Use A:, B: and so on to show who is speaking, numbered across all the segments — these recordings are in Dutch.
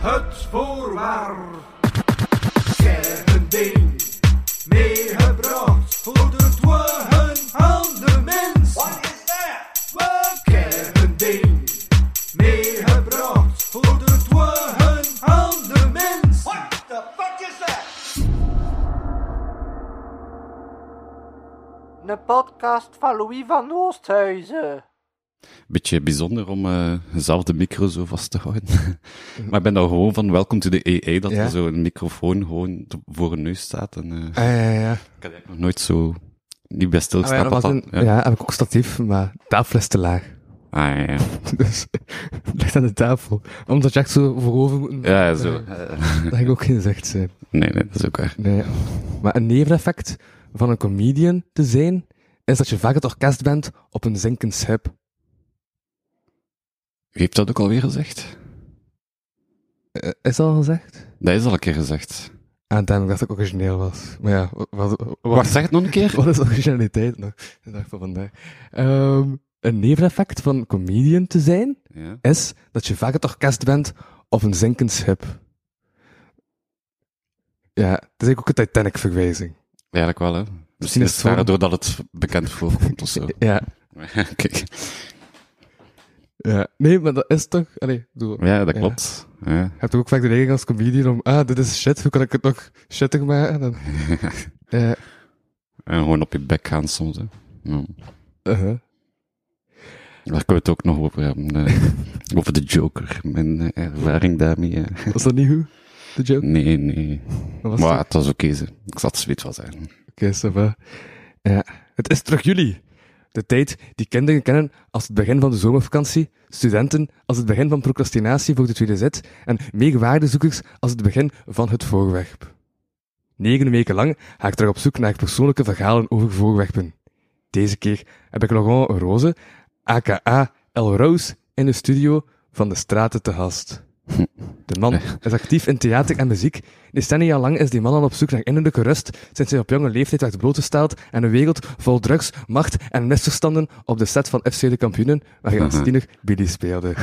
A: Het voorwaar. Kerkending. Meegebracht voor de dwaren van de mens. Wat is dat? Kerkending. Meegebracht voor de dwaren van de mens.
B: Een podcast van Louis van Oosthuizen.
C: beetje bijzonder om eh, zelf de micro zo vast te houden. maar ik ben daar gewoon van welkom to de EE, dat
D: Ja?
C: er zo een microfoon gewoon t- voor een neus staat. En, eh, ik
D: Ah, ja, ja, ja.
C: had eigenlijk nog nooit zo niet bij
D: Ah, maar ja,
C: stilgestaan.
D: dat was
C: wat
D: een,
C: dat-
D: ja. heb ik ook statief, maar de tafel is te laag.
C: Ah, ja, ja.
D: Dus het ligt aan de tafel. Omdat je echt zo voorover moet.
C: Ja, zo.
D: Dat heb ik ook geen zicht zijn.
C: Nee, nee, dat is ook waar.
D: Nee. Maar een neveneffect van een comedian te zijn, is dat je vaak het orkest bent op een zinkend schip.
C: Wie heeft dat ook alweer gezegd?
D: Eh, Is dat al gezegd?
C: Dat is al een keer gezegd.
D: Aan het ik dacht dat ik origineel was. Maar ja, wa- wa- wa-
C: Wat, zeg het nog een keer?
D: Wat is originaliteit nog? De dag van vandaag. Ehm, een neveneffect van een comedian te zijn,
C: Ja.
D: is dat je vaak het orkest bent of een zinkend schip. Ja, het is eigenlijk ook een Titanic-verwijzing.
C: Eigenlijk wel, hè. Misschien
D: is
C: is het
D: het
C: daardoor dat het bekend voorkomt of zo.
D: Ja,
C: Kijk.
D: ja. Nee, maar dat is toch... Allee, ik bedoel, je
C: Ja, dat
D: Ja.
C: klopt. Ja.
D: hebt toch ook vaak de neiging als comedian om... Ah, dit is shit, hoe kan ik het nog shittig maken? Dan, ja,
C: En gewoon op je bek gaan soms, hè. Ja.
D: uh-huh.
C: Daar kunnen we het ook nog over hebben. eh, over de Joker. Mijn eh, ervaring daarmee. eh.
D: Was dat niet goed, de joke?
C: Nee, nee.
D: Wat was
C: Maar
D: het?
C: het was oké. ze. ik zat zweet wel zijn.
D: Oké, ça va. Ja. Het is terug juli. De tijd die kinderen kennen als het begin van de zomervakantie, studenten als het begin van procrastinatie voor de tweede zet en meegewaardezoekers als het begin van het voorwerp. Negen weken lang ga ik terug op zoek naar persoonlijke verhalen over voorwerpen. Deze keer heb ik Laurent Rose, aka El Roos, in de studio van de straten te gast. De man is actief in theater en muziek. Decennia lang is die man al op zoek naar innerlijke rust, sinds hij op jonge leeftijd werd blootgesteld aan een wereld vol drugs, macht en misverstanden op de set van FC De Kampioenen, waar hij als tiener Billy speelde.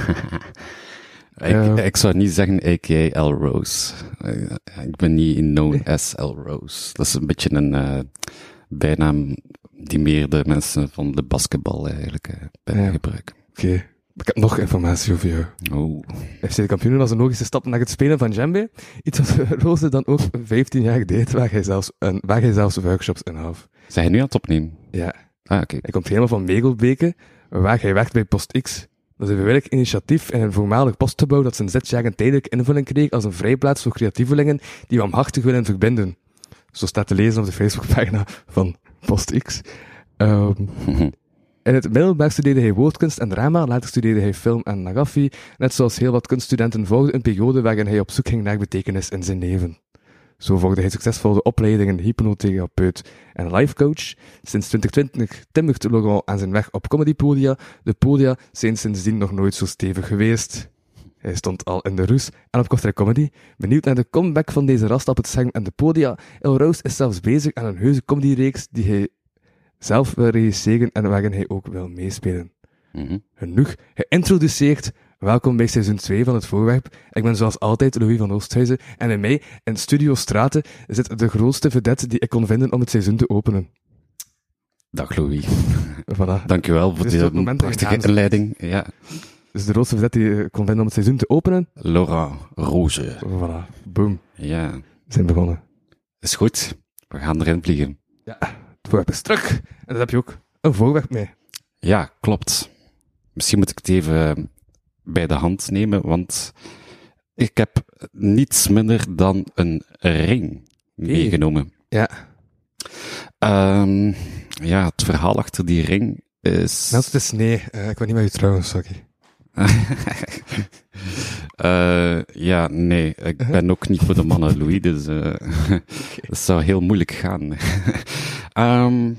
C: Ik,
D: Eh.
C: ik zou niet zeggen a.k.a. L. Rose. Eh, Ik ben niet known as L. Rose. Dat is een beetje een eh, bijnaam die meer de mensen van de basketbal eigenlijk eh, bijna
D: Ja.
C: gebruiken.
D: Oké, ik heb nog informatie over jou.
C: Oh.
D: FC De Kampioenen was een logische stap naar het spelen van djembe, iets wat Roze dan ook 15 jaar deed, waar hij zelfs, een, waar hij zelfs workshops in had.
C: Zijn hij nu aan het opnemen?
D: Ja,
C: Ah, oké.
D: Hij komt helemaal van Megelbeke, waar hij werkt bij PostX. Dat is een werk initiatief in een voormalig postgebouw dat sinds zes jaar een tijdelijke invulling kreeg als een vrijplaats voor creatievelingen die warmhartig willen verbinden. Zo staat te lezen op de Facebookpagina van PostX. Ehm, in het middelbaar studeerde hij woordkunst en drama, later studeerde hij film en nagafi, net zoals heel wat kunststudenten volgde een periode waarin hij op zoek ging naar betekenis in zijn leven. Zo volgde hij succesvol de opleidingen hypnotherapeut en lifecoach. Sinds 2020 timmert Laurent aan zijn weg op comedypodia. De podia zijn sindsdien nog nooit zo stevig geweest. Hij stond al in de roes en op Kortrijk Comedy. Benieuwd naar de comeback van deze rast op het scherm en de podia. El Roos is zelfs bezig aan een heuse comedyreeks die hij zelf wil regisseren en waarin hij ook wil meespelen.
C: Mhm.
D: Genoeg geïntroduceerd. Welkom bij seizoen 2 van het voorwerp. Ik ben zoals altijd Louis van Oosthuizen en in mij, in Studio Straten, zit de grootste vedette die ik kon vinden om het seizoen te openen.
C: Dag Louis.
D: Voilà.
C: Dankjewel voor
D: Dit is het
C: deze
D: moment dat je
C: prachtige
D: naam zegt.
C: inleiding. Ja.
D: Dus de roodste verzet die je kon vinden om het seizoen te openen.
C: Laurent Roze.
D: Voilà, boom.
C: Ja.
D: We zijn begonnen.
C: Is goed. We gaan erin vliegen.
D: Het voorwerp is terug. En daar heb je ook een voorwerp mee.
C: Ja, klopt. Misschien moet ik het even eh, bij de hand nemen, want ik heb niets minder dan een ring meegenomen.
D: Ja.
C: Ehm, ja, het verhaal achter die ring is.
D: Naast de snee. Eh, ik wil niet met je trouwen, sorry.
C: Eh, ja, nee, ik ben ook niet voor de mannen, Louis, dus eh dat zou heel moeilijk gaan. Ehm,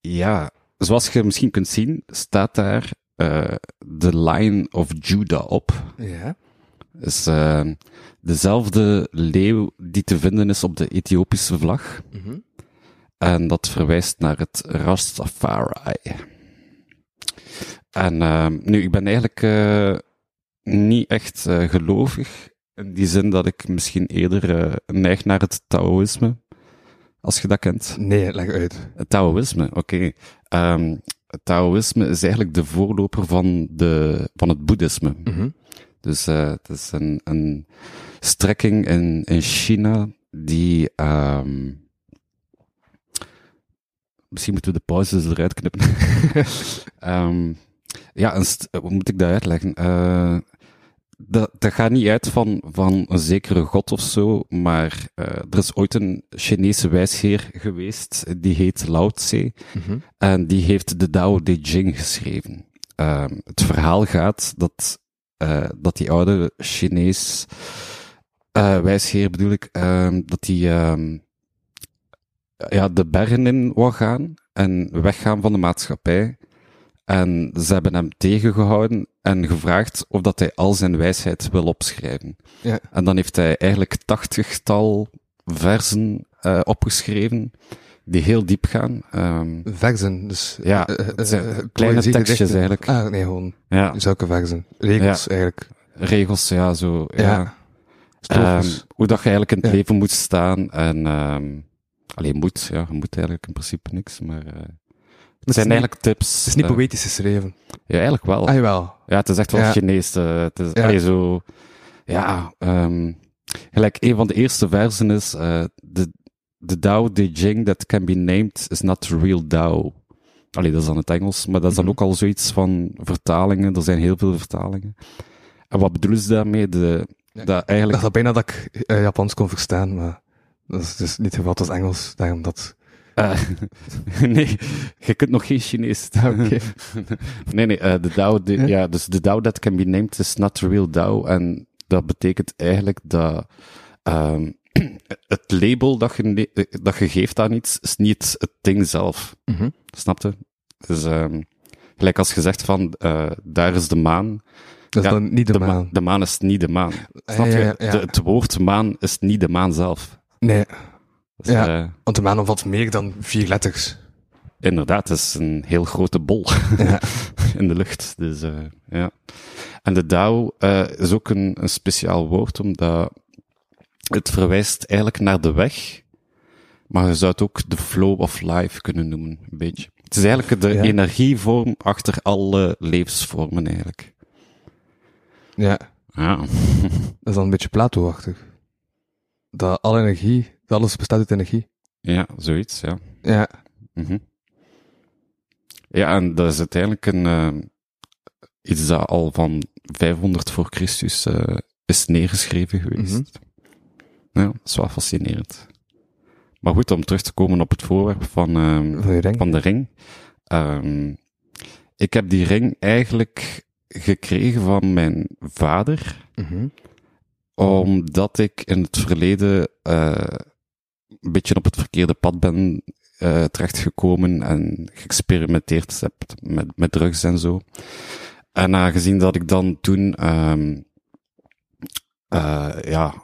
C: ja, zoals je misschien kunt zien, staat daar eh The Lion of Judah op
D: Ja.
C: is eh, dezelfde leeuw die te vinden is op de Ethiopische vlag.
D: Mhm.
C: En dat verwijst naar het Rastafari. En ehm, nu, ik ben eigenlijk eh, niet echt eh, gelovig. In die zin dat ik misschien eerder eh, neig naar het Taoïsme. Als je dat kent.
D: Nee, leg uit.
C: Het Taoïsme, oké. Ehm, het Taoïsme is eigenlijk de voorloper van, de, van het boeddhisme.
D: Mhm.
C: Dus eh, het is een, een strekking in, in China die. ehm, misschien moeten we de pauzes eruit knippen. Ehm, ja, een st- hoe moet ik dat uitleggen? Eh, dat, dat gaat niet uit van, van een zekere god of zo, maar eh, er is ooit een Chinese wijsheer geweest, die heet Lao Tse.
D: Mhm.
C: En die heeft de Tao Te Ching geschreven. Ehm, het verhaal gaat dat, eh, dat die oude Chinees eh, wijsheer bedoel ik, ehm, dat die ehm, ja, de bergen in wou gaan en weggaan van de maatschappij. En ze hebben hem tegengehouden en gevraagd of dat hij al zijn wijsheid wil opschrijven.
D: Ja.
C: En dan heeft hij eigenlijk tachtigtal versen eh, opgeschreven die heel diep gaan. Ehm,
D: Verzen, dus...
C: Ja,
D: eh, eh,
C: het zijn
D: eh,
C: kleine
D: poëzie,
C: tekstjes
D: gedichten.
C: eigenlijk.
D: Ah, nee, gewoon
C: ja,
D: zulke verzen. Regels, eigenlijk.
C: regels, ja, zo. Ja.
D: Ja. Strofes.
C: Ehm, hoe dat je eigenlijk in het
D: Ja.
C: leven moet staan en... ehm alleen moet, ja, je moet eigenlijk in principe niks, maar... eh, het
D: is
C: zijn
D: niet-
C: eigenlijk tips.
D: het is niet
C: eh,
D: poëtisch geschreven.
C: Ja, eigenlijk wel.
D: Ah, jawel.
C: Ja, het is echt wel
D: Ja.
C: Chinees. eh, het is
D: Ja.
C: allee, zo. Ja, ehm, gelijk een van de eerste versen is: eh, de de Tao De Jing that can be named is not the real Tao. Allee, dat is dan het Engels, maar dat is dan
D: Mhm.
C: ook al zoiets van vertalingen. Er zijn heel veel vertalingen. En wat bedoelen ze daarmee? De,
D: Ja.
C: Dat
D: Ik dacht
C: eigenlijk.
D: al bijna dat ik eh, Japans kon verstaan, maar dat is dus niet het geval, het was Engels, daarom dat...
C: eh, nee, je kunt nog geen Chinees. Nee, nee, eh, de DAO, de,
D: Ja.
C: ja? dus de DAO that can be named is not the real DAO. En dat betekent eigenlijk dat ehm, het label dat je, ne- eh, dat je geeft aan iets, is niet het ding zelf.
D: Mhm.
C: Snap je? Dus ehm, gelijk als gezegd van, eh, daar is de maan.
D: Dat is
C: Ja,
D: dan niet de,
C: ma-
D: maan.
C: de maan is niet de maan. Snap je?
D: ja, ja, ja.
C: De- het woord maan is niet de maan zelf.
D: Nee,
C: Dus,
D: Ja.
C: eh,
D: want de maan omvat meer dan vier letters.
C: Inderdaad, het is een heel grote bol
D: Ja.
C: in de lucht. Dus, eh, ja. En de Tao eh, is ook een, een speciaal woord, omdat het verwijst eigenlijk naar de weg. Maar je zou het ook de flow of life kunnen noemen, een beetje. Het is eigenlijk de
D: Ja.
C: energievorm achter alle levensvormen, eigenlijk. Ah.
D: Ja,
C: Ja,
D: dat is dan een beetje Plato-achtig. Dat alle energie, dat alles bestaat uit energie.
C: ja zoiets, ja.
D: Ja,
C: Mhm. Ja, en dat is uiteindelijk een, eh, iets dat al van 500 voor Christus eh, is neergeschreven geweest. Ja, dat is wel fascinerend. Maar goed, om terug te komen op het voorwerp van, ehm,
D: van je ring.
C: van de ring. Ehm, ik heb die ring eigenlijk gekregen van mijn vader
D: Mhm.
C: omdat ik in het verleden eh, een beetje op het verkeerde pad ben eh, terechtgekomen en geëxperimenteerd heb met, met drugs en zo. En aangezien dat ik dan toen ehm, eh, ja,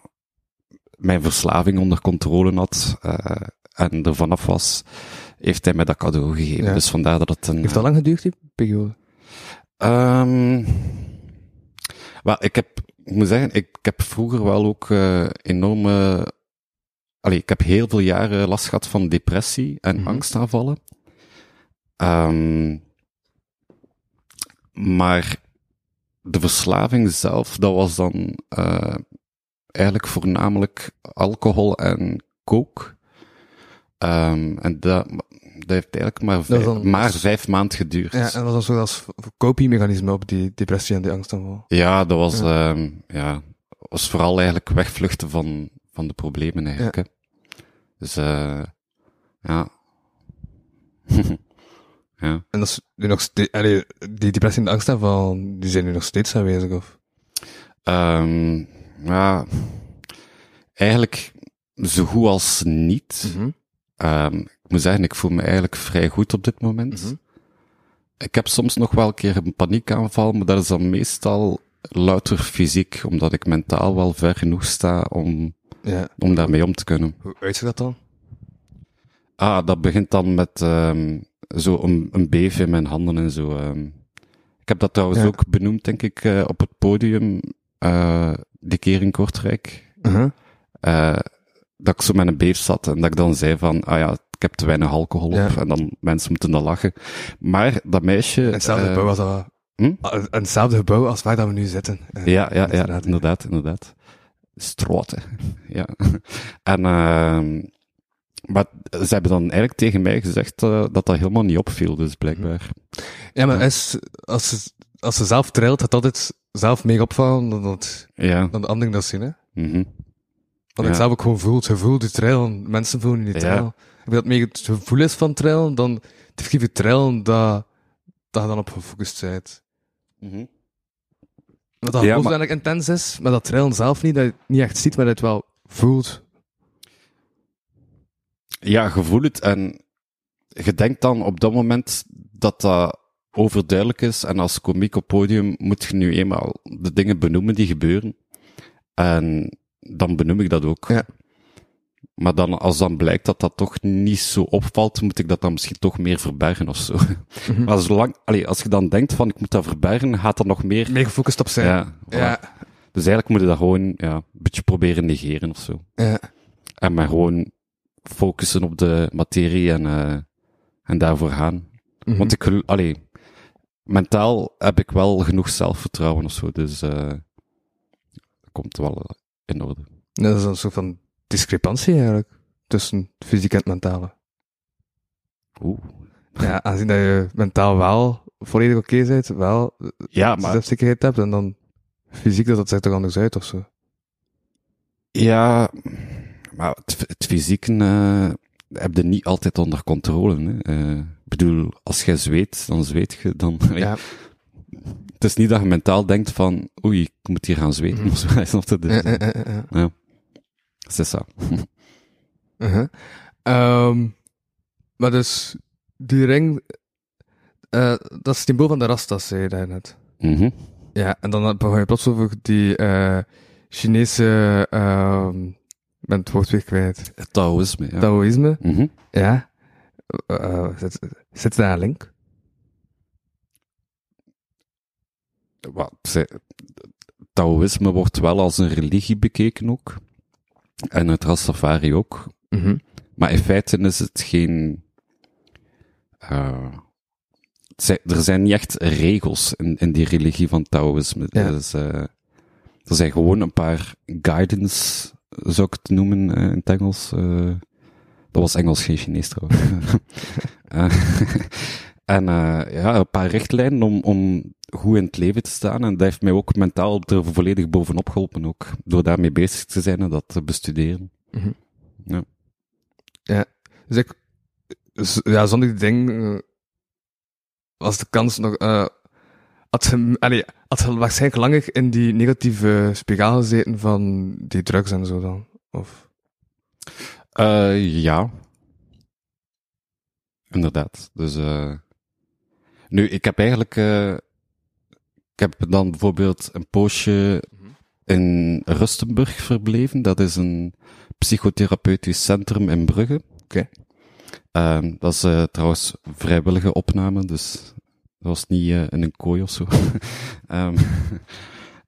C: mijn verslaving onder controle had eh, en er vanaf was, heeft hij mij dat cadeau gegeven.
D: Ja.
C: Dus vandaar dat het een...
D: Heeft dat lang geduurd, die periode?
C: Ehm wel, ik heb, ik moet zeggen, ik, ik heb vroeger wel ook eh, enorme. Allee, ik heb heel veel jaren last gehad van depressie en
D: Mhm.
C: angstaanvallen. Ehm, maar de verslaving zelf, dat was dan eh, eigenlijk voornamelijk alcohol en coke. Ehm, en dat, dat heeft eigenlijk maar
D: was
C: vijf,
D: dan-
C: maar vijf maanden geduurd.
D: Ja, en dat was een soort als copingmechanisme op die depressie en die angst dan wel.
C: Ja, dat was, ja. ja, was vooral eigenlijk wegvluchten van, van de problemen eigenlijk. hè. Dus, eh ja. ja.
D: En dat is nu nog steeds, allee, die depressie en de angst daarvan, die zijn nu nog steeds aanwezig, of?
C: Ehm, ja. Eigenlijk zo goed als niet.
D: Mhm.
C: Ehm, ik moet zeggen, ik voel me eigenlijk vrij goed op dit moment.
D: Mhm.
C: Ik heb soms nog wel een keer een paniekaanval, maar dat is dan meestal louter fysiek, omdat ik mentaal wel ver genoeg sta om,
D: Ja.
C: om daarmee om te kunnen.
D: Hoe uitziet dat dan?
C: Ah, dat begint dan met ehm zo een, een beef in mijn handen en zo. ehm. Ik heb dat trouwens
D: Ja.
C: ook benoemd, denk ik, eh, op het podium, eh die keer in Kortrijk.
D: Uh-huh.
C: eh, dat ik zo met een beef zat en dat ik dan zei van, ah ja, ik heb te weinig alcohol
D: Ja.
C: op. En dan mensen moeten dan lachen. Maar dat meisje...
D: En hetzelfde
C: eh,
D: gebouw als dat,
C: hm?
D: en hetzelfde gebouw als waar dat we nu zitten. Eh,
C: Ja, ja, ja,
D: Inderdaad.
C: inderdaad, inderdaad. Straten. Ja. En, ehm maar ze hebben dan eigenlijk tegen mij gezegd eh, dat dat helemaal niet opviel, dus blijkbaar.
D: ja maar als, als, ze, als ze zelf trilt, gaat het altijd zelf meer opvallen dan, dat,
C: Ja.
D: dan de anderen dat zien. Hè?
C: mhm.
D: Wat
C: Ja.
D: ik zelf ook gewoon voel. Het gevoel die trillen. Mensen voelen die
C: Ja.
D: trillen. Ik denk dat het meer het gevoel is van trillen dan het effectieve trillen dat, dat je dan op gefocust bent. Dat dat
C: Ja,
D: gevoel
C: maar-
D: eigenlijk intens is, maar dat trillen zelf niet, dat je het niet echt ziet, maar dat je het wel voelt.
C: Ja, je voelt het en je denkt dan op dat moment dat dat overduidelijk is en als komiek op podium moet je nu eenmaal de dingen benoemen die gebeuren. En dan benoem ik dat ook.
D: Ja.
C: Maar dan, als dan blijkt dat dat toch niet zo opvalt, moet ik dat dan misschien toch meer verbergen of zo. Maar zolang, allee, als je dan denkt van ik moet dat verbergen, gaat dat nog meer.
D: Meer gefocust op zijn.
C: Ja, voilà.
D: Ja,
C: Dus eigenlijk moet je dat gewoon ja, een beetje proberen negeren of zo.
D: ja.
C: En maar gewoon focussen op de materie en, eh, en daarvoor gaan.
D: Mhm.
C: Want ik, gel- allee, mentaal heb ik wel genoeg zelfvertrouwen of zo, dus eh komt wel in orde.
D: Dat is een soort van discrepantie eigenlijk tussen het fysiek en het mentale.
C: Oeh.
D: Ja, aangezien dat je mentaal wel volledig oké bent, wel
C: Ja, maar
D: zelfzekerheid hebt en dan fysiek, dat, dat ziet er anders uit of zo.
C: Ja, maar het, het fysieke eh, heb je niet altijd onder controle. Hè. Eh, ik bedoel, als jij zweet, dan zweet je. Dan,
D: Ja.
C: Het is niet dat je mentaal denkt van, oei, ik moet hier gaan zweten.
D: Mhm.
C: of zo. Snap je? Dus,
D: Ja, ja,
C: eh,
D: ja, ja.
C: het is dat.
D: Uh-huh. Ehm, maar dus, die ring, eh, dat is het symbool van de Rastas, zei je daarnet.
C: Mhm.
D: Ja, en dan begon je plots over die eh, Chinese, ehm ik ben het woord weer kwijt,
C: Het Taoïsme, ja.
D: Taoïsme.
C: Mhm.
D: Ja. Eh, eh, zit, zit daar een link?
C: Wat, ze- Taoïsme wordt wel als een religie bekeken ook. En het Rastafari ook.
D: Mhm.
C: Maar in feite is het geen. eh, het zijn- er zijn niet echt regels in, in die religie van Taoïsme.
D: Ja.
C: Dus, eh, er zijn gewoon een paar guidance, zou ik het noemen eh, in het Engels. eh. dat was Engels, geen Chinees trouwens. Eh, en eh, ja, een paar richtlijnen om, om goed in het leven te staan. En dat heeft mij ook mentaal er volledig bovenop geholpen. Ook, door daarmee bezig te zijn en dat te bestuderen.
D: Dus ik, z- ja, zonder die ding eh, was de kans nog. eh had, ze, allee, had ze waarschijnlijk langer in die negatieve spiraal gezeten van die drugs en zo dan. Of,
C: Eh, ja. Inderdaad. Dus, eh, nu, ik heb eigenlijk, eh, ik heb dan bijvoorbeeld een poosje in Rustenburg verbleven. Dat is een psychotherapeutisch centrum in Brugge.
D: Oké.
C: Ehm, dat is eh, trouwens vrijwillige opname, dus dat was niet eh, in een kooi of zo. Ehm,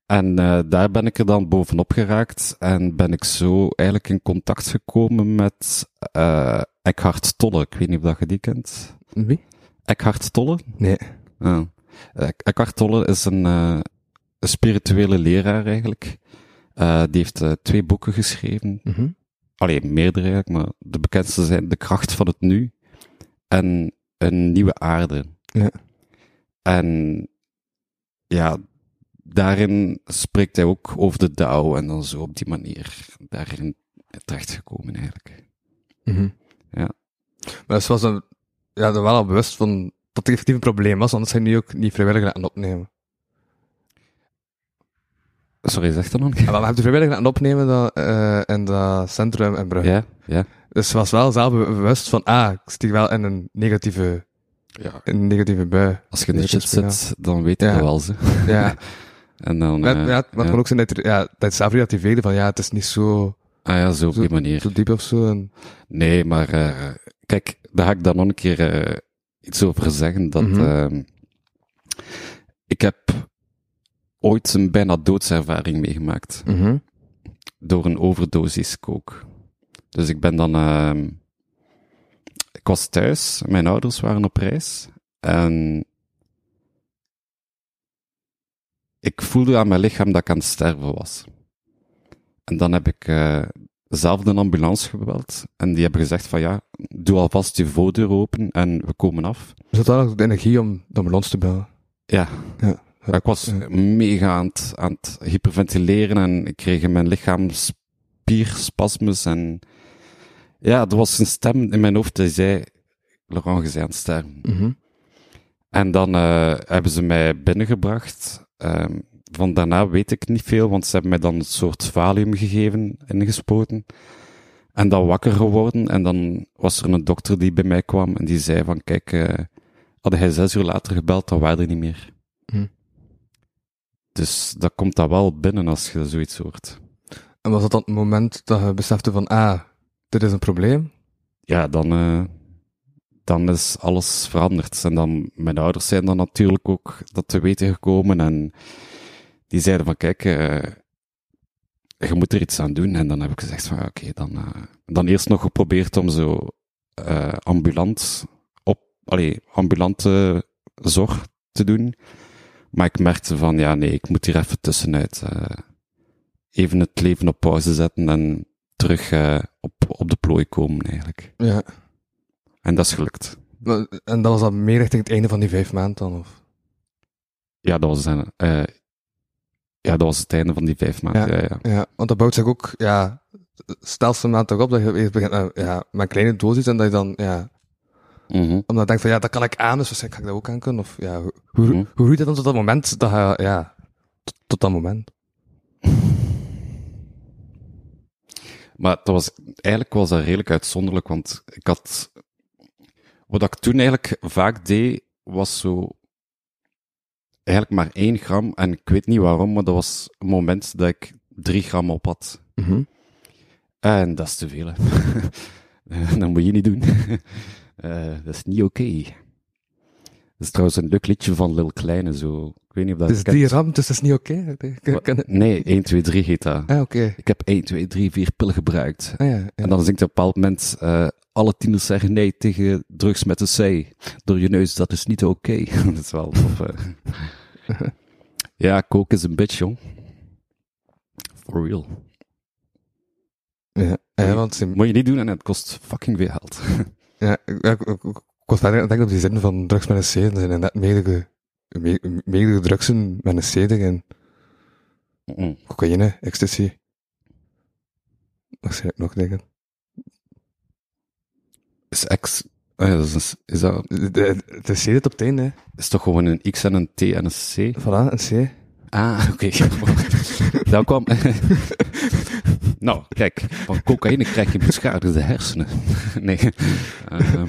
C: en eh, daar ben ik er dan bovenop geraakt en ben ik zo eigenlijk in contact gekomen met eh Eckhart Tolle. Ik weet niet of dat je die kent.
D: Wie?
C: Eckhart Tolle?
D: Nee.
C: Ja. Eh, Eckhart Tolle is een, eh, een spirituele leraar eigenlijk. Eh, die heeft eh, twee boeken geschreven.
D: Mhm.
C: Allee, meerdere eigenlijk, maar de bekendste zijn De Kracht van het Nu en Een Nieuwe Aarde.
D: Ja.
C: En ja, daarin spreekt hij ook over de Tao en dan zo op die manier daarin terechtgekomen eigenlijk. Ja.
D: Mhm. Maar dus was een, ja, er wel al bewust van dat er effectief een probleem was, anders zijn die ook niet vrijwillig aan het opnemen.
C: Sorry, zeg dat dan?
D: En dan heb je vrijwillig aan het opnemen dat, eh, in dat centrum in Brugge.
C: Ja, ja.
D: Dus ze was wel zelf be- bewust van, ah, ik zit hier wel in een negatieve,
C: ja.
D: in een negatieve bui.
C: Als je in de
D: Nee, dat
C: shit
D: is prima.
C: zit, dan weet je
D: Ja.
C: dat wel ze.
D: Ja,
C: En dan,
D: maar,
C: eh,
D: ja, maar het
C: ja.
D: kan ook zijn dat, er- ja, dat zelf relativeren van ja, het is niet zo,
C: Ah ja, zo op
D: Zo-
C: die manier.
D: zo diep of zo. En,
C: Nee, maar eh, kijk, daar ga ik dan nog een keer eh, iets over zeggen. Dat
D: Mhm.
C: ehm, Ik heb ooit een bijna doodservaring meegemaakt
D: Mhm.
C: door een overdosis kook. Dus ik ben dan. ehm, ik was thuis, mijn ouders waren op reis. En. Ik voelde aan mijn lichaam dat ik aan het sterven was. En dan heb ik eh, zelf de ambulance gebeld. En die hebben gezegd: van ja, doe alvast je voordeur open en we komen af.
D: Zat daar ook de energie om de ambulance te bellen?
C: Ja.
D: Ja.
C: Maar Ik was mega aan het, aan het hyperventileren en ik kreeg in mijn lichaam spierspasmes en... Ja, er was een stem in mijn hoofd die zei, Laurent, je bent aan het sterven.
D: Mhm.
C: En dan eh, hebben ze mij binnengebracht. Ehm, van daarna weet ik niet veel, want ze hebben mij dan een soort valium gegeven, ingespoten. En dan wakker geworden. En dan was er een dokter die bij mij kwam en die zei van, kijk, eh had hij zes uur later gebeld, dan waren er niet meer.
D: Hm.
C: Dus dat komt dan wel binnen als je zoiets hoort.
D: En was dat dan het moment dat je besefte van, ah, dit is een probleem?
C: ja, dan, eh, dan is alles veranderd. En dan, mijn ouders zijn dan natuurlijk ook dat te weten gekomen. En die zeiden van, kijk, eh, je moet er iets aan doen. En dan heb ik gezegd van, ja, oké, dan, eh, dan eerst nog geprobeerd om zo eh, ambulant, op, allee, ambulante zorg te doen. Maar ik merkte van, ja, nee, ik moet hier even tussenuit. eh, even het leven op pauze zetten en terug eh, op, op de plooi komen eigenlijk.
D: Ja.
C: En dat is gelukt.
D: Maar- En dat was dan meer richting het einde van die vijf maanden dan? Of?
C: Ja, dat was, zijn, eh, ja, dat was het einde van die vijf maanden. Ja. Ja,
D: Ja, want dat bouwt zich ook, ja, stelselmatig op dat je eerst begint eh, ja, met een kleine dosis en dat je dan, ja,
C: Mhm.
D: omdat je denkt van, ja, dat kan ik aan, dus waarschijnlijk ga ik dat ook aan kunnen. Of ja, hoe, hoe,
C: Mhm.
D: hoe roeit dat dan tot dat moment dat je, ja, tot, tot dat moment?
C: Maar dat was, eigenlijk was dat redelijk uitzonderlijk, want ik had... Wat ik toen eigenlijk vaak deed, was zo... Eigenlijk maar één gram, en ik weet niet waarom, maar dat was een moment dat ik drie gram op had. Eh, En dat is te veel, hè. dat moet je niet doen. Eh, dat is niet oké. Dat is trouwens een leuk liedje van Lil Kleine, zo. Ik weet niet of dat
D: Het is
C: je kent.
D: die ram, dus dat is niet oké. Ik ken- ken het.
C: Nee, 1, 2, 3 heet dat.
D: Ah, oké.
C: Ik heb 1, 2, 3, 4 pillen gebruikt.
D: Ah, ja, ja.
C: En dan zingt op een bepaald moment... eh, alle tieners zeggen nee tegen drugs met een C. Door je neus, dat is niet oké. dat is wel tof. eh. ja, coke is een bitch, jong. For real.
D: Ja, ja, want ze-
C: Moet je niet doen en het kost fucking veel geld.
D: Ja, ik, ik, ik, ik was verder aan het denken op die zin van drugs met een C. Er zijn inderdaad meerdere, me- meerdere drugsen met een C erin.
C: Mm.
D: Cocaïne, ecstasy. Wat zei ik nog denken?
C: Is X... eh, dat is, een s- is dat...
D: De, de, de C zit op het einde, hè.
C: Is toch gewoon een X en een T en een C?
D: Voilà, een C.
C: Ah, oké. dat kwam. nou, kijk, van cocaïne krijg je beschadigde hersenen. nee. Ehm,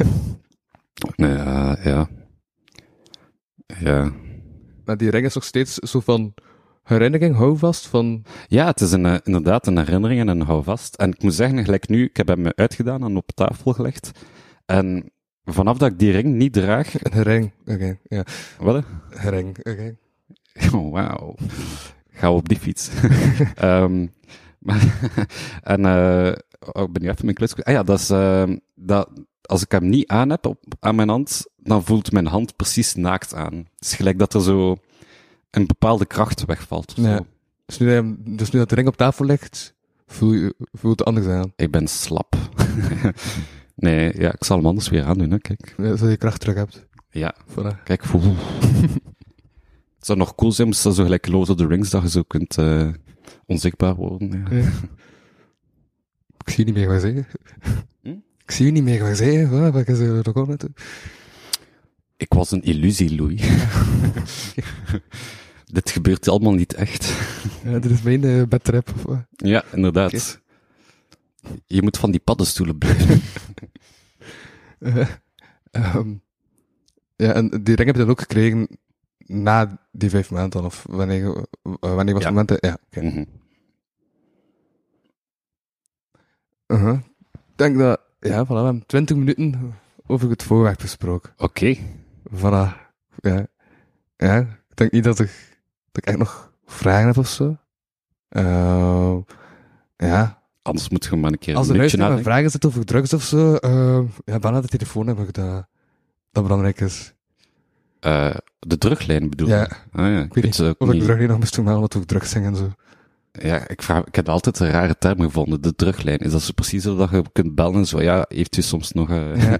C: nee, eh, ja. Ja.
D: Maar die ring is nog steeds zo van herinnering, hou vast van...
C: Ja, het is een, eh, inderdaad een herinnering en een houvast. En ik moet zeggen, gelijk nu, ik heb hem uitgedaan en op tafel gelegd. En vanaf dat ik die ring niet draag...
D: Een herinnering, oké. ja,
C: Wat? hè?
D: herinnering, oké.
C: Oh, wauw. Ga op die fiets. Ehm, maar, en eh oh, ik ben nu even mijn kluts. Ah ja, dat is, ehm, dat, als ik hem niet aan heb op, aan mijn hand, dan voelt mijn hand precies naakt aan. Het is gelijk dat er zo een bepaalde kracht wegvalt. of
D: Ja.
C: zo.
D: Dus, nu dat je hem- dus nu dat de ring op tafel ligt, voel je, voelt het anders aan.
C: Ik ben slap. nee, ja, ik zal hem anders weer aandoen. Hè. Kijk,
D: Ja, Zodat je kracht terug hebt.
C: ja,
D: Voilà.
C: kijk. Oeh. Het zou nog cool zijn, moest dat zo gelijk Lord of the Rings, dat je zo kunt eh, onzichtbaar worden. Ja.
D: Ik zie niet meer wat zeggen.
C: Hm?
D: Ik zie je niet meer wat zeggen. Voilà, wat is er nog al naartoe?
C: Ik was een illusie, Louis. Dit gebeurt allemaal niet echt.
D: Ja, dit is mijn eh, bedtrap. Of, wat.
C: Ja, inderdaad. Je moet van die paddenstoelen blijven.
D: Eh, ehm, ja, en die ring heb je dan ook gekregen na die vijf maanden dan? Of wanneer, eh, wanneer was
C: Ja.
D: het moment? dat- Ja, oké.
C: Mhm.
D: Uh-huh. Ik denk dat, ja, voilà, we hebben 20 minuten over het voorwerp gesproken.
C: Oké.
D: Voilà. Ja. Ja, Ik denk niet dat ik, dat ik echt nog vragen heb of zo. Eh, ja.
C: Anders moet je maar een keer
D: Als
C: een
D: er
C: minuutje
D: luisteraar met
C: nadenken.
D: vragen zit over drugs of zo, eh ja, bijna de telefoon hebben ik dat, dat belangrijk is.
C: Eh, de druglijn bedoel je?
D: Ja.
C: Ah, ja. Ik
D: weet
C: weet
D: niet
C: het ook
D: Of ik
C: niet.
D: drug niet nog moest doen, maar omdat we ook drugs zingen en zo.
C: Ja, ik, vraag, ik heb altijd een rare term gevonden, de druglijn. Is dat zo precies zo dat je kunt bellen en zo? Ja, heeft u soms nog... eh,
D: Ja.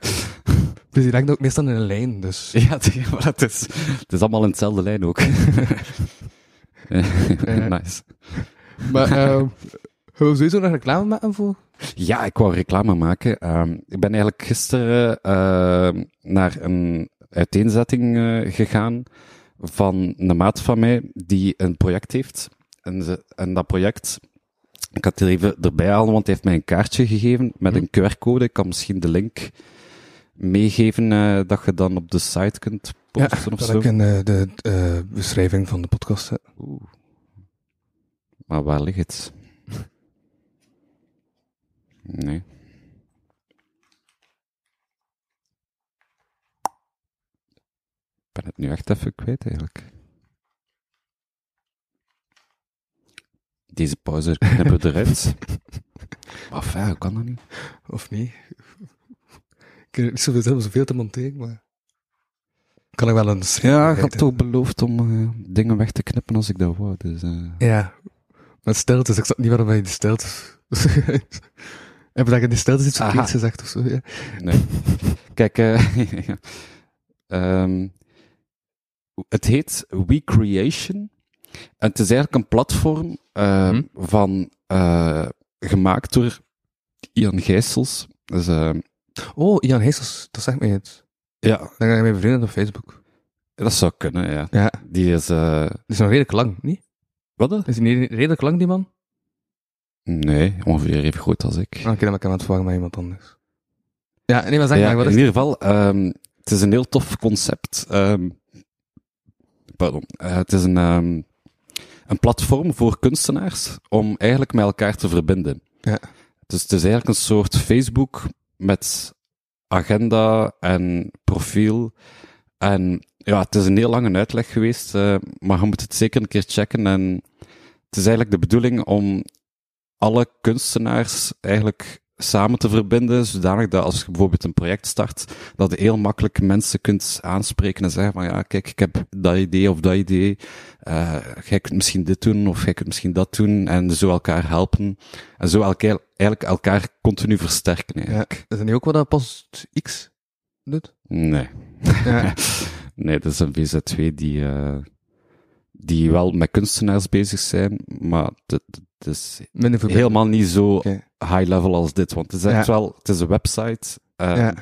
D: Dus die lijkt ook meestal in een lijn, dus.
C: Ja, die- maar het is, het is allemaal in hetzelfde lijn ook. Eh,
D: Ja.
C: nice.
D: Maar, ehm gaan we sowieso nog reclame maken voor?
C: Ja, ik wou reclame maken. Ehm, ik ben eigenlijk gisteren ehm, naar een uiteenzetting eh, gegaan van een maat van mij die een project heeft. En, ze, en dat project, ik had het er even erbij halen, want hij heeft mij een kaartje gegeven met
D: Mhm.
C: een QR-code. Ik kan misschien de link meegeven eh, dat je dan op de site kunt posten of
D: dat
C: zo.
D: ik in eh, de eh, beschrijving van de podcast zet.
C: Oeh. Maar waar ligt het? Nee. Ik ben het nu echt even kwijt eigenlijk. Deze pauze knippen we eruit. Maar fijn, hoe kan dat niet?
D: Of niet? Ik heb er niet zoveel, zin om zoveel te monteren, maar... Kan ik wel een...
C: Ja, ik had toch beloofd om eh, dingen weg te knippen als ik dat wou. Dus, eh,
D: Ja. Maar stiltes, ik snap niet waarom je die stiltes... Heb je dat je die stiltes iets
C: Aha.
D: verkeerds gezegd of zo? Ja.
C: Nee. Kijk, eh, ja. Ehm, het heet WeCreation. En het is eigenlijk een platform eh,
D: Hm.
C: van, eh, gemaakt door Ian Gijsels. Dus, eh,
D: Oh, Ian Heesels, dat zegt mij het.
C: ja,
D: Dan ga ik mijn vrienden op Facebook.
C: dat zou kunnen, ja.
D: Ja,
C: Die is... eh,
D: die is nog redelijk lang, niet?
C: wat?
D: Is die niet redelijk lang, die man?
C: Nee, ongeveer even groot als ik.
D: Ah, Oké, dan ben ik hem aan het vragen met iemand anders. Ja, nee, maar zeg
C: Ja,
D: maar, wat
C: in
D: is
C: ieder geval, ehm, het is een heel tof concept. Ehm, pardon. Eh, het is een, ehm, een platform voor kunstenaars om eigenlijk met elkaar te verbinden.
D: Ja.
C: Dus het is eigenlijk een soort Facebook met agenda en profiel. En ja, het is een heel lange uitleg geweest, eh, maar je moet het zeker een keer checken. En het is eigenlijk de bedoeling om alle kunstenaars eigenlijk samen te verbinden, zodanig dat als je bijvoorbeeld een project start, dat je heel makkelijk mensen kunt aanspreken en zeggen van ja, kijk, ik heb dat idee of dat idee, Eh jij kunt misschien dit doen of jij kunt misschien dat doen, en zo elkaar helpen, en zo elkaar, eigenlijk elkaar continu versterken eigenlijk.
D: Is dat niet ook wat dat post X doet?
C: Nee.
D: Ja.
C: nee, dat is een VZ2 die, eh, die wel met kunstenaars bezig zijn, maar dat, dat is
D: Minder verbinden.
C: helemaal niet zo
D: Oké.
C: high level als dit. Want het is echt
D: Ja.
C: wel, het is een website. eh,
D: Ja.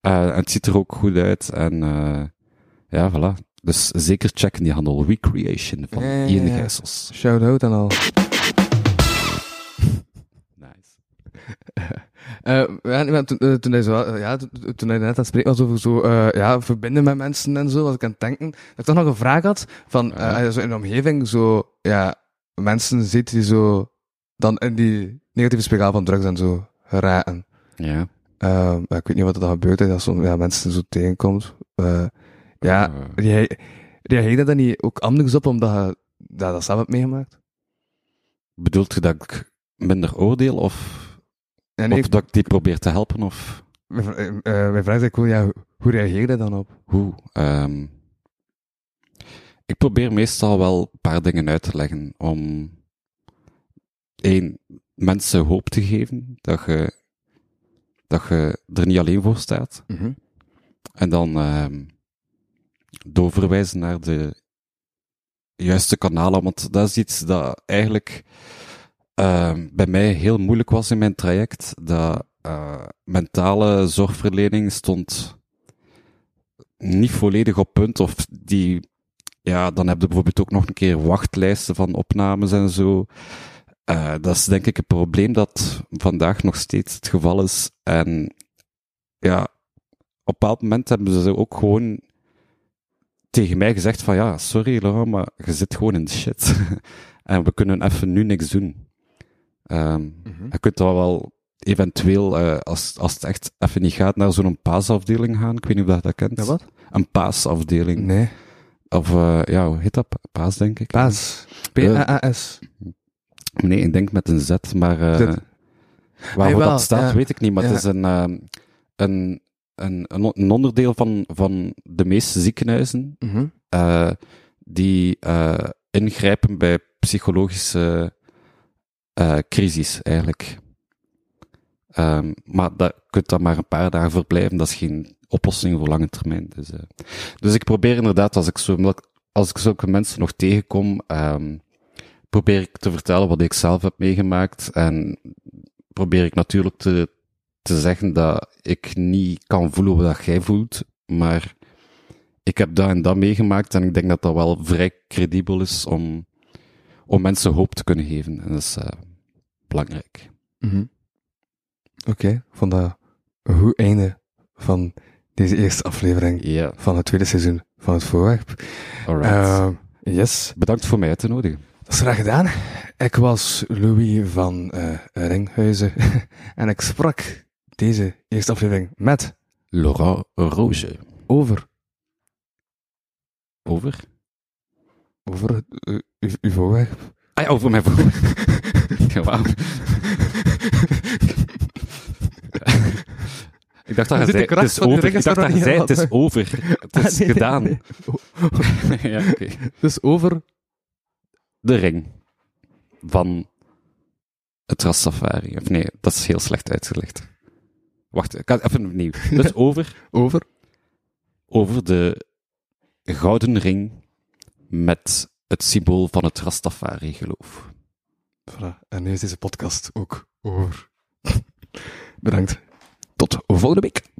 C: eh, en het ziet er ook goed uit. En eh, ja, voilà. Dus zeker checken die handel. Recreation van
D: Ja, ja,
C: Ian
D: ja.
C: Gijsels.
D: Shout-out en al.
C: Nice.
D: Eh, ja, nee, maar toen, eh, toen, hij zo, eh, ja, toen, toen hij net aan het spreken was over zo, eh, ja, verbinden met mensen en zo, was ik aan het denken, dat ik toch nog een vraag had, van, eh,
C: Ja.
D: als je zo in de omgeving zo, ja, mensen ziet die zo, dan in die negatieve spiraal van drugs en zo geraken.
C: Ja.
D: Eh, maar ik weet niet wat er dan gebeurt, hè, als zo, ja, mensen zo tegenkomt. Eh, ja,
C: Eh,
D: reage- reageer je daar niet ook anders op, omdat je ja, dat zelf hebt meegemaakt?
C: bedoelt je dat ik minder oordeel of,
D: Ja,
C: of dat ik die probeer te helpen of
D: Mijn, vra- eh, eh, mijn vraag is eigenlijk gewoon, ja, hoe- hoe reageer je dan op?
C: hoe? Ehm, ik probeer meestal wel een paar dingen uit te leggen om één, mensen hoop te geven dat je, dat je er niet alleen voor staat. En dan ehm doorverwijzen naar de juiste kanalen. Want dat is iets dat eigenlijk ehm, bij mij heel moeilijk was in mijn traject. Dat eh, mentale zorgverlening stond niet volledig op punt. Of die, ja, dan heb je bijvoorbeeld ook nog een keer wachtlijsten van opnames en zo. Eh, dat is denk ik een probleem dat vandaag nog steeds het geval is. En ja, op een bepaald moment hebben ze ook gewoon tegen mij gezegd van ja, sorry Laurent, maar je zit gewoon in de shit. en we kunnen even nu niks doen. Ehm, Je kunt dat wel eventueel, eh, als, als het echt even niet gaat, naar zo'n paasafdeling gaan. Ik weet niet of dat je dat kent.
D: Ja, wat?
C: Een paasafdeling.
D: Nee.
C: Of eh, ja, hoe heet dat? Paas, denk ik.
D: Paas. P-A-A-S.
C: Nee, ik denk met een Z, maar eh,
D: Zet.
C: waar
D: Ah, jawel,
C: dat staat,
D: ja.
C: weet ik niet. Maar
D: Ja.
C: het is een, eh, een, een, een on- een onderdeel van, van de meeste ziekenhuizen
D: Mhm.
C: eh, die eh, ingrijpen bij psychologische eh, crisis, eigenlijk. Ehm, maar dat kunt dan maar een paar dagen verblijven, dat is geen oplossing voor lange termijn. Dus, eh. dus ik probeer inderdaad, als ik, zo, als ik zulke mensen nog tegenkom, ehm, probeer ik te vertellen wat ik zelf heb meegemaakt. En probeer ik natuurlijk te, te zeggen dat ik niet kan voelen wat jij voelt, maar ik heb dat en dat meegemaakt en ik denk dat dat wel vrij credibel is om, om mensen hoop te kunnen geven. En dat is eh, belangrijk.
D: Mhm. Oké, ik vond dat een goed einde van deze eerste aflevering
C: Ja,
D: van het tweede seizoen van het voorwerp.
C: alright.
D: Eh, yes,
C: Bedankt voor mij uit te nodigen.
D: dat is graag gedaan. Ik was Louis van eh Ringhuizen en ik sprak deze eerste aflevering met
C: Laurent Roge.
D: over,
C: Over?
D: over eh, uw, uw voorwerp.
C: Ah ja, over mijn voor. Ja, wauw. Ik dacht dat je
D: Dit de
C: zei, het
D: kracht
C: is
D: van die
C: over. Ik
D: ring is
C: dacht
D: er
C: dat je
D: nog
C: zei,
D: niet
C: het is over. Het is
D: Ah, nee,
C: gedaan.
D: nee,
C: ja, oké.
D: Dus over,
C: De ring van het ras safari. Of nee, dat is heel slecht uitgelegd. Wacht, ik kan even opnieuw. Dus over,
D: over,
C: over de gouden ring met het symbool van het Rastafari geloof.
D: Voilà. En nu is deze podcast ook over. Bedankt. Tot volgende week.